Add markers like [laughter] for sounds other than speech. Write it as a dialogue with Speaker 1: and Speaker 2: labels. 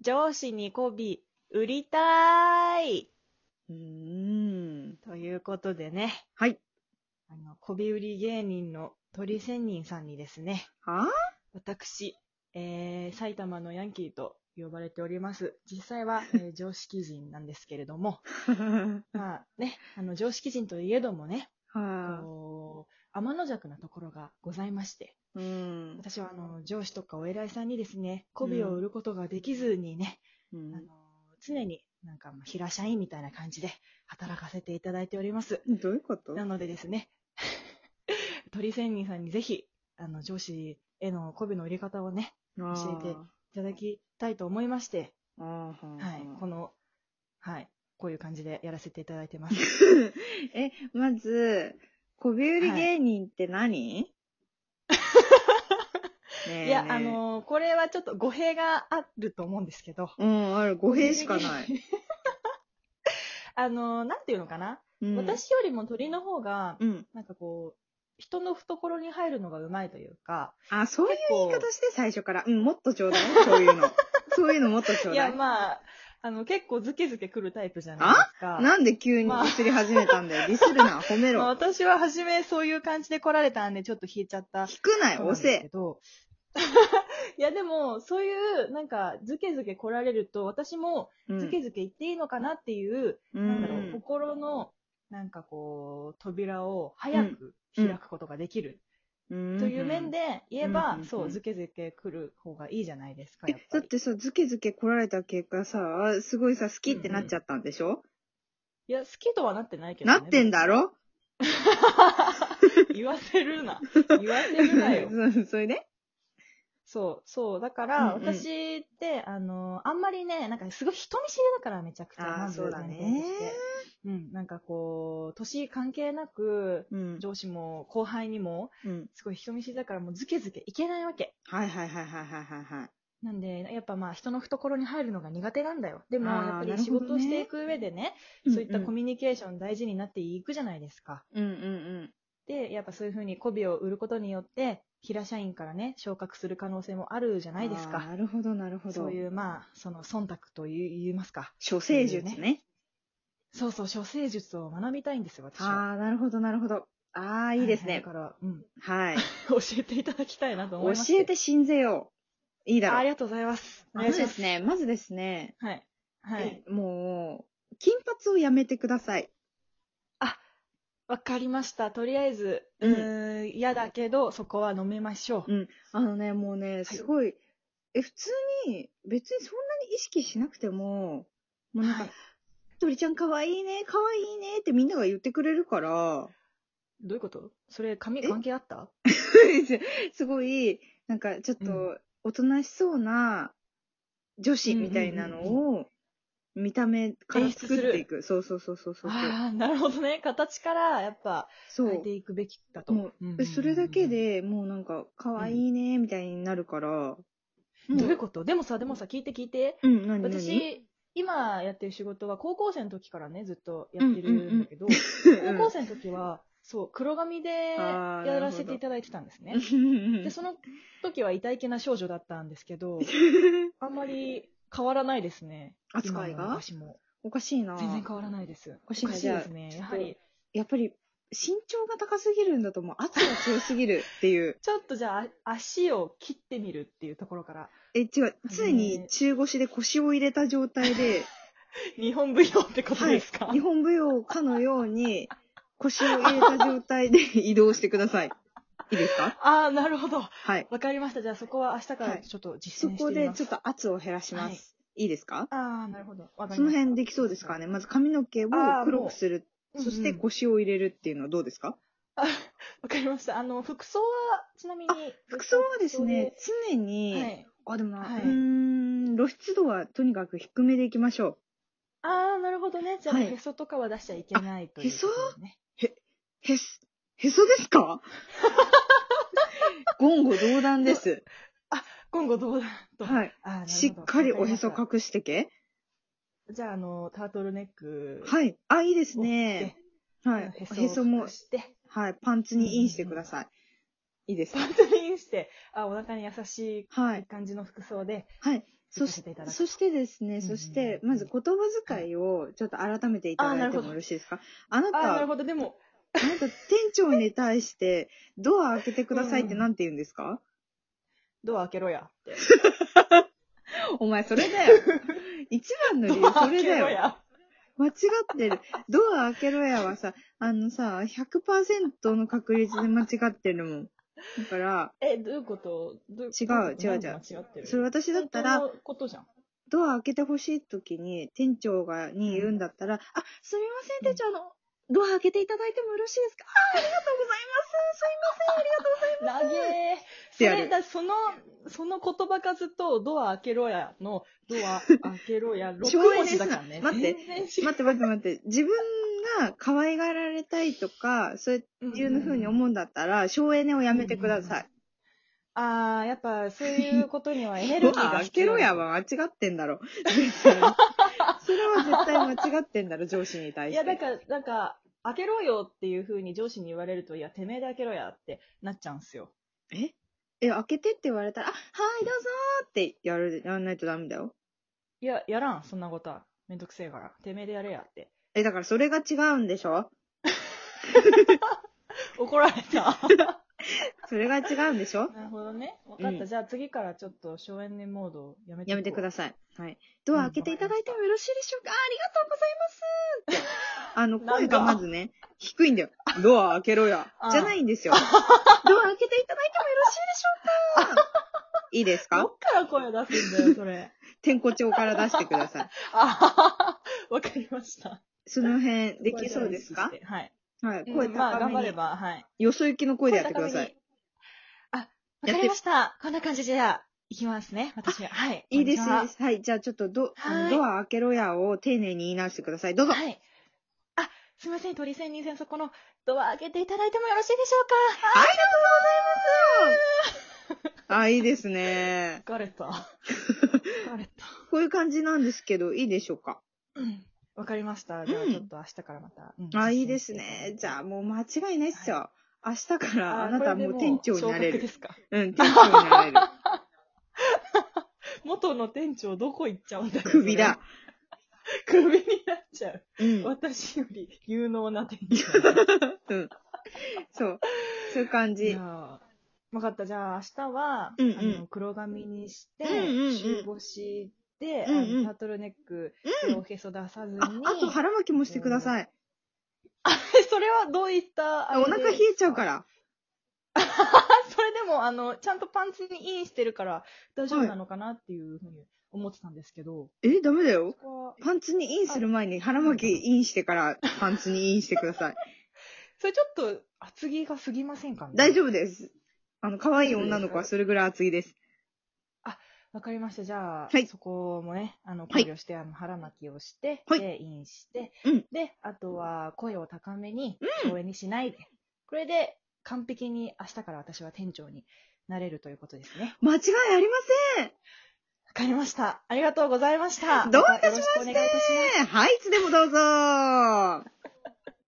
Speaker 1: 上司に媚び、売りたーい。
Speaker 2: うーん。
Speaker 1: ということでね、
Speaker 2: はい。
Speaker 1: あの、媚び売り芸人の鳥仙人さんにですね、
Speaker 2: は
Speaker 1: 私、えー、埼玉のヤンキーと呼ばれております。実際は、えー
Speaker 2: [laughs]
Speaker 1: 常識人なんですけれども、
Speaker 2: ぁ
Speaker 1: まあね、あの、常識人といえどもね、
Speaker 2: はぁ
Speaker 1: こう、天の弱なところがございまして、
Speaker 2: うん。
Speaker 1: 私はあの、上司とかお偉いさんにですね、媚びを売ることができずにね、
Speaker 2: うん
Speaker 1: あの、常になんかまあ平社員みたいな感じで働かせていただいております。
Speaker 2: どういうこと
Speaker 1: なのでですね、 [laughs] 鳥仙人さんにぜひ、あの、上司への媚びの売り方をね、教えていただきたいと思いまして、
Speaker 2: あーあーはー
Speaker 1: はい、この、はい、こういう感じでやらせていただいてます。
Speaker 2: え、まず、こび売り芸人って何、ねえ
Speaker 1: いや、
Speaker 2: ねえ
Speaker 1: あのこれはちょっと語弊があると思うんですけど、
Speaker 2: うん、ある、語弊しかない。
Speaker 1: あのなんていうのかな、
Speaker 2: うん、
Speaker 1: 私よりも鳥の方が、
Speaker 2: うん。
Speaker 1: なんかこう、人の懐に入るのがうまいというか、
Speaker 2: あ、そういう
Speaker 1: 結構
Speaker 2: 言い方して、最初から。うん、もっとちょうだい。そういうの。そういうのもっとちょう
Speaker 1: い
Speaker 2: だ
Speaker 1: や、
Speaker 2: い。
Speaker 1: まあ、あの、結構ズケズケ来るタイプじゃないですか。
Speaker 2: なんで急にディスり始めたんだよ。ディスるな、褒め
Speaker 1: まあ
Speaker 2: ろ。
Speaker 1: 私は初めそういう感じで来られたんで、ちょっと引いちゃった。
Speaker 2: 引くなよ、押
Speaker 1: け
Speaker 2: せ。
Speaker 1: ど。 [laughs] いや、でも、そういう、なんか、ズケズケ来られると、私も、
Speaker 2: うん
Speaker 1: ズケズケ言っていいのかなっていう、
Speaker 2: うん
Speaker 1: なんだろう、心の、なんかこう、扉を早く開くことができる。という面。で言えば、
Speaker 2: うん
Speaker 1: そうう、
Speaker 2: ん
Speaker 1: ズケズケ来る方がいいじゃないですか、
Speaker 2: え
Speaker 1: やっ、ぱ
Speaker 2: だっ
Speaker 1: り。
Speaker 2: てさ、ズケズケ来られた結果さ、すごいさ、好きってなっちゃったんでしょ、
Speaker 1: いや、好きとはなってないけど、
Speaker 2: な
Speaker 1: ね。
Speaker 2: ってんだろ
Speaker 1: [laughs] 言わせるな。言わせるなよ。
Speaker 2: [laughs] そそれで
Speaker 1: そう、そう。だから、
Speaker 2: うんうん
Speaker 1: 私って、あの、あんまりね、なんかすごい人見知りだからめちゃくちゃ。
Speaker 2: あー
Speaker 1: まず
Speaker 2: そうだね
Speaker 1: 前提としてうん、なんかこう、年関係なく、
Speaker 2: うん。
Speaker 1: 上司も後輩にも、
Speaker 2: うん。
Speaker 1: すごい人見知りだからもうズケズケいけないわけ。
Speaker 2: はいはいはいはいはいはいはい。
Speaker 1: なんで、やっぱまあ人の懐に入るのが苦手なんだよ。でも、
Speaker 2: あー
Speaker 1: やっぱ
Speaker 2: な
Speaker 1: り
Speaker 2: る
Speaker 1: 仕
Speaker 2: ほど
Speaker 1: 事を
Speaker 2: ね
Speaker 1: していく上でね、そういったコミュニケーション大事になっていくじゃないですか。
Speaker 2: うんうん
Speaker 1: で、やっぱそういうふうに媚びを売ることによって、平社員からね、昇格する可能性もあるじゃ
Speaker 2: うん。
Speaker 1: ないです
Speaker 2: あ
Speaker 1: か
Speaker 2: ー。なるほどなるほど。
Speaker 1: そういう、まあ、その、忖度と言い言いますか。
Speaker 2: 処世術ね。
Speaker 1: そうそう、処世術を学びたいんですよ、私は。
Speaker 2: ああ、なるほどなるほど。ああ、いいです
Speaker 1: は
Speaker 2: ね
Speaker 1: だ。から、うん。 [laughs]
Speaker 2: はい。
Speaker 1: 教えていただきたいなと思いまして。
Speaker 2: 教えて信ぜよう。いいだ
Speaker 1: ああ
Speaker 2: ろ
Speaker 1: り
Speaker 2: う。
Speaker 1: がとうございます。お
Speaker 2: ま
Speaker 1: 願い
Speaker 2: ず
Speaker 1: し
Speaker 2: で
Speaker 1: ます。
Speaker 2: すね、まずですね、
Speaker 1: はい。はい。
Speaker 2: えもう、金髪をやめてください。
Speaker 1: わかりました。とりあえず、う
Speaker 2: うん
Speaker 1: ーん、嫌だけど、そこは飲めましょう。
Speaker 2: あのね、もうね、すごい、え、普通に、別にそんなに意識しなくても、もうなんか、
Speaker 1: はい
Speaker 2: 鳥ちゃん可愛いね、可愛いねってみんなが言ってくれるから、 [laughs]
Speaker 1: どういうことそれ、髪
Speaker 2: え
Speaker 1: 関係あった
Speaker 2: すごい、なんかちょっ
Speaker 1: う
Speaker 2: と、おとなしそうな女子みたいな
Speaker 1: う
Speaker 2: の
Speaker 1: んう
Speaker 2: を、見た目から
Speaker 1: 演出す
Speaker 2: 作
Speaker 1: る
Speaker 2: っていく。そうそうそうそうそう。
Speaker 1: ああ、なるほどね。形から、やっぱ、
Speaker 2: そ
Speaker 1: 変え
Speaker 2: う
Speaker 1: て。いくべきだと。
Speaker 2: もう
Speaker 1: うんうんうん
Speaker 2: えそれだけ、でもうなんか、可愛いね、みたいになるから。
Speaker 1: どういう
Speaker 2: と
Speaker 1: ことでもさ、でもさ、聞いて聞いて。
Speaker 2: うん、何何
Speaker 1: 私、今やってる仕事は高校生の時からね、ずっとやってるんだけど、
Speaker 2: うん
Speaker 1: 高校生の時は、そう、黒髪で
Speaker 2: あー
Speaker 1: やらせていただいてたんですね。で、
Speaker 2: [laughs]
Speaker 1: その時は痛いけな少女だったんですけど、あんまり変わらないですね。
Speaker 2: 扱い
Speaker 1: 今も
Speaker 2: が
Speaker 1: 昔も。
Speaker 2: おかしいな。
Speaker 1: 全然変わらないです。
Speaker 2: おかしいな
Speaker 1: ですね。
Speaker 2: じゃ
Speaker 1: や
Speaker 2: あ
Speaker 1: はり。
Speaker 2: やっぱり身長が高すぎるんだともう圧が強すぎるっていう。 [laughs]
Speaker 1: ちょっとじゃあ、あ足を切ってみるっていうところから、
Speaker 2: え、違う。常に中腰で腰を入れた状
Speaker 1: [laughs]
Speaker 2: 態で、
Speaker 1: 日本舞踊ってことですか、
Speaker 2: 日本舞踊かのように腰を入れた状態で [laughs] 移動してください。いいですか
Speaker 1: ああ、なるほど。
Speaker 2: はい。
Speaker 1: わかりました。じゃあそこは明日からちょっと
Speaker 2: そ
Speaker 1: 実践して
Speaker 2: こ
Speaker 1: み
Speaker 2: で
Speaker 1: ます。
Speaker 2: ちょっと圧を減らします。い、いですか
Speaker 1: ああ、なるほど。わかりました
Speaker 2: その辺できそうですかね。まず髪の毛を
Speaker 1: あー
Speaker 2: 黒くする。
Speaker 1: もう
Speaker 2: そし
Speaker 1: う
Speaker 2: て
Speaker 1: んうん
Speaker 2: 腰を入れるっていうのはどうですか、
Speaker 1: わかりました。あの、服装は、ちなみに。
Speaker 2: 服装はですね、常
Speaker 1: 服装
Speaker 2: に、
Speaker 1: で、はい。
Speaker 2: あ、でもな、
Speaker 1: はいう
Speaker 2: ーん、露出度はとにかく低めでいきましょ
Speaker 1: ああ、なるほどね。じゃあ、
Speaker 2: はい
Speaker 1: へそとかは出しちゃいけないという、
Speaker 2: へそ
Speaker 1: ね、
Speaker 2: う。へす、へそで
Speaker 1: [laughs]
Speaker 2: すか言語道
Speaker 1: [laughs]
Speaker 2: 断です。
Speaker 1: 今後どうだと。い。
Speaker 2: はい。
Speaker 1: あー
Speaker 2: しっかりおへ。
Speaker 1: な
Speaker 2: そ
Speaker 1: るほどわか
Speaker 2: 隠してけ。
Speaker 1: りましたじゃあ、あの、タートルネック。い。
Speaker 2: はい。あ、いいですね。はい。おへ
Speaker 1: へそ
Speaker 2: そ
Speaker 1: も。
Speaker 2: も
Speaker 1: 隠、して、
Speaker 2: はい、パンツにインしてください。いいです
Speaker 1: パ
Speaker 2: か
Speaker 1: ントリンして、あ、お腹に優しい
Speaker 2: はい。
Speaker 1: 感じの服装で、
Speaker 2: はい。
Speaker 1: 行かせていただき
Speaker 2: そしてですね、
Speaker 1: んうん
Speaker 2: そして、まず言葉遣いをちょっと改めていただいてもよろしいですかあな
Speaker 1: あー、なる
Speaker 2: た、
Speaker 1: ほど。でも、
Speaker 2: あなた店長に対して、ドア開けてくださいってなんて言うんですか、
Speaker 1: ドア開けろやって。
Speaker 2: [laughs] お前それだよ。一番の理
Speaker 1: ド
Speaker 2: 由
Speaker 1: ア
Speaker 2: そ
Speaker 1: 開
Speaker 2: れ
Speaker 1: けろ
Speaker 2: だよ。
Speaker 1: や。
Speaker 2: 間違ってる。ドア開けろやはさ、あのさ、100%の確率で間違ってるもん。だから、
Speaker 1: え、どういうことどう
Speaker 2: 違う違う違う
Speaker 1: 間違ってる。
Speaker 2: それ私だったら、
Speaker 1: 本当のことじゃん。
Speaker 2: ドア開けてほしい時に店長が、に言うんだったら、あ、すみません、店長、あの、ドア開けていただいてもよろしいですかあ、ありがとうございます。すいません、ありがとうござい
Speaker 1: なげえ。
Speaker 2: [laughs] っ
Speaker 1: そ
Speaker 2: てやる
Speaker 1: れだ、その、その言葉数と、ドア開けろやの、ドア開けろや、6文字だからね。
Speaker 2: [laughs] 省エネす
Speaker 1: 全然違う
Speaker 2: ます。待って待って待って、自分が可愛がられたいとか、そういうふうに思うんだったら、省エネをやめてください。
Speaker 1: あー、やっぱそういうことにはエネルギー
Speaker 2: [laughs] ドア
Speaker 1: が
Speaker 2: 開
Speaker 1: 必
Speaker 2: け
Speaker 1: 要
Speaker 2: ろや
Speaker 1: わ。
Speaker 2: は間違ってん
Speaker 1: [laughs]
Speaker 2: だろ。絶対それは絶対間違ってんだろ、上司に対
Speaker 1: い
Speaker 2: し
Speaker 1: や、
Speaker 2: て。
Speaker 1: だから、なんか、開けろよっていうふうに上司に言われると、いや、てめえで開けろやってなっちゃうんすよ。
Speaker 2: ええ、開けてって言われたら、あ、はい、どうぞーってやる、やんないとダメだよ。
Speaker 1: いや、やらん、そんなことは。めんどくせえから。てめえでやれやって。
Speaker 2: え、だからそれが違うんでしょ
Speaker 1: 怒られた。
Speaker 2: それが違うんでしょ
Speaker 1: なるほどね。わかった。
Speaker 2: うん
Speaker 1: じゃあ次からちょっと省エネモードをやめて
Speaker 2: やめてくだ
Speaker 1: さ
Speaker 2: さい。はい。ドア開けていただいてもよろしいでしょうか、ありがとうございますって。あの、声がまずね、低いんだよ。ドア開けろや
Speaker 1: あ。あ
Speaker 2: じゃない
Speaker 1: [laughs]
Speaker 2: んですよ。ドア開けていただいてもよろしいでしょうかいいです
Speaker 1: ど
Speaker 2: か
Speaker 1: っから声出すんだよ、それ。
Speaker 2: 天候帳から出してください。
Speaker 1: [laughs] あわかりました。
Speaker 2: その辺、できそうですか
Speaker 1: はい。
Speaker 2: はい。
Speaker 1: 声
Speaker 2: 声
Speaker 1: まあ、
Speaker 2: 高
Speaker 1: 頑張
Speaker 2: め
Speaker 1: れ
Speaker 2: に、
Speaker 1: ば、はい。
Speaker 2: よそ行きの声でやってください。。
Speaker 1: あ、わかりました。こんな感じで、じゃあ、いきますね、私は。はい。
Speaker 2: いいです、い
Speaker 1: こんにち
Speaker 2: い
Speaker 1: は
Speaker 2: です。はい。じゃあちょっとド、
Speaker 1: はい
Speaker 2: ドア開けろやを丁寧に言い直してください。どうぞ。
Speaker 1: はい。あ、すみません、鳥仙人さん、そこのドア開けていただいてもよろしいでしょうか
Speaker 2: ありがとうございますあ、いいですね。
Speaker 1: 疲れ [laughs] た。疲れた。
Speaker 2: こういう感じなんですけど、いいでしょうか
Speaker 1: うんわかりました。じゃあ、ちょっと明日からまた。うん
Speaker 2: あ、いいですね。じゃあもう間違いないっすよ。明日からあなたはもう店長になれ
Speaker 1: 昇格で
Speaker 2: る。
Speaker 1: すか
Speaker 2: うん、店長になれる。
Speaker 1: 元の店長どこ行っちゃうんだろう
Speaker 2: 首 [laughs] だ。。
Speaker 1: それ首になっちゃう。 [laughs]
Speaker 2: うん。
Speaker 1: 私より有能な店 [laughs] 長。
Speaker 2: うん。そう。そういう感
Speaker 1: い
Speaker 2: じ
Speaker 1: や。ーわかった。じゃあ、明日は、
Speaker 2: うんうん
Speaker 1: あの黒髪にして、
Speaker 2: うんうんうん
Speaker 1: 中腰で、
Speaker 2: うんうん
Speaker 1: あのタートルネック、
Speaker 2: うん
Speaker 1: おへそ出さずに。
Speaker 2: あ、あと腹巻きもしてください。
Speaker 1: えそれはどういったあ
Speaker 2: あお
Speaker 1: れで
Speaker 2: 腹冷えちゃうから。
Speaker 1: あそれでも、あの、ちゃんとパンツにインしてるから、大丈夫なのかなっていうふうに思ってたんですけど。
Speaker 2: え、ダメだよ
Speaker 1: そ。こは
Speaker 2: パンツにインする前に腹巻きインしてからパンツにインしてください。
Speaker 1: それちょっと厚着が過ぎませんかね
Speaker 2: 大
Speaker 1: 夫。
Speaker 2: 丈夫です。あの、可愛い女の子はそれぐらい厚いです。
Speaker 1: わかりました。じゃあ、
Speaker 2: はい
Speaker 1: そこもね、あの、考
Speaker 2: はい
Speaker 1: 慮して、あの、腹巻きをして、
Speaker 2: はい
Speaker 1: で、インして、
Speaker 2: うん
Speaker 1: で、あとは、声を高めに、省エネしないで、これで、完璧に明日から私は店長になれるということですね。
Speaker 2: 間違いあり
Speaker 1: わかりました。ありがとうございました。
Speaker 2: どうい
Speaker 1: たしまして。よろしくお願いいたします。
Speaker 2: ませんはい、いつでもどうぞ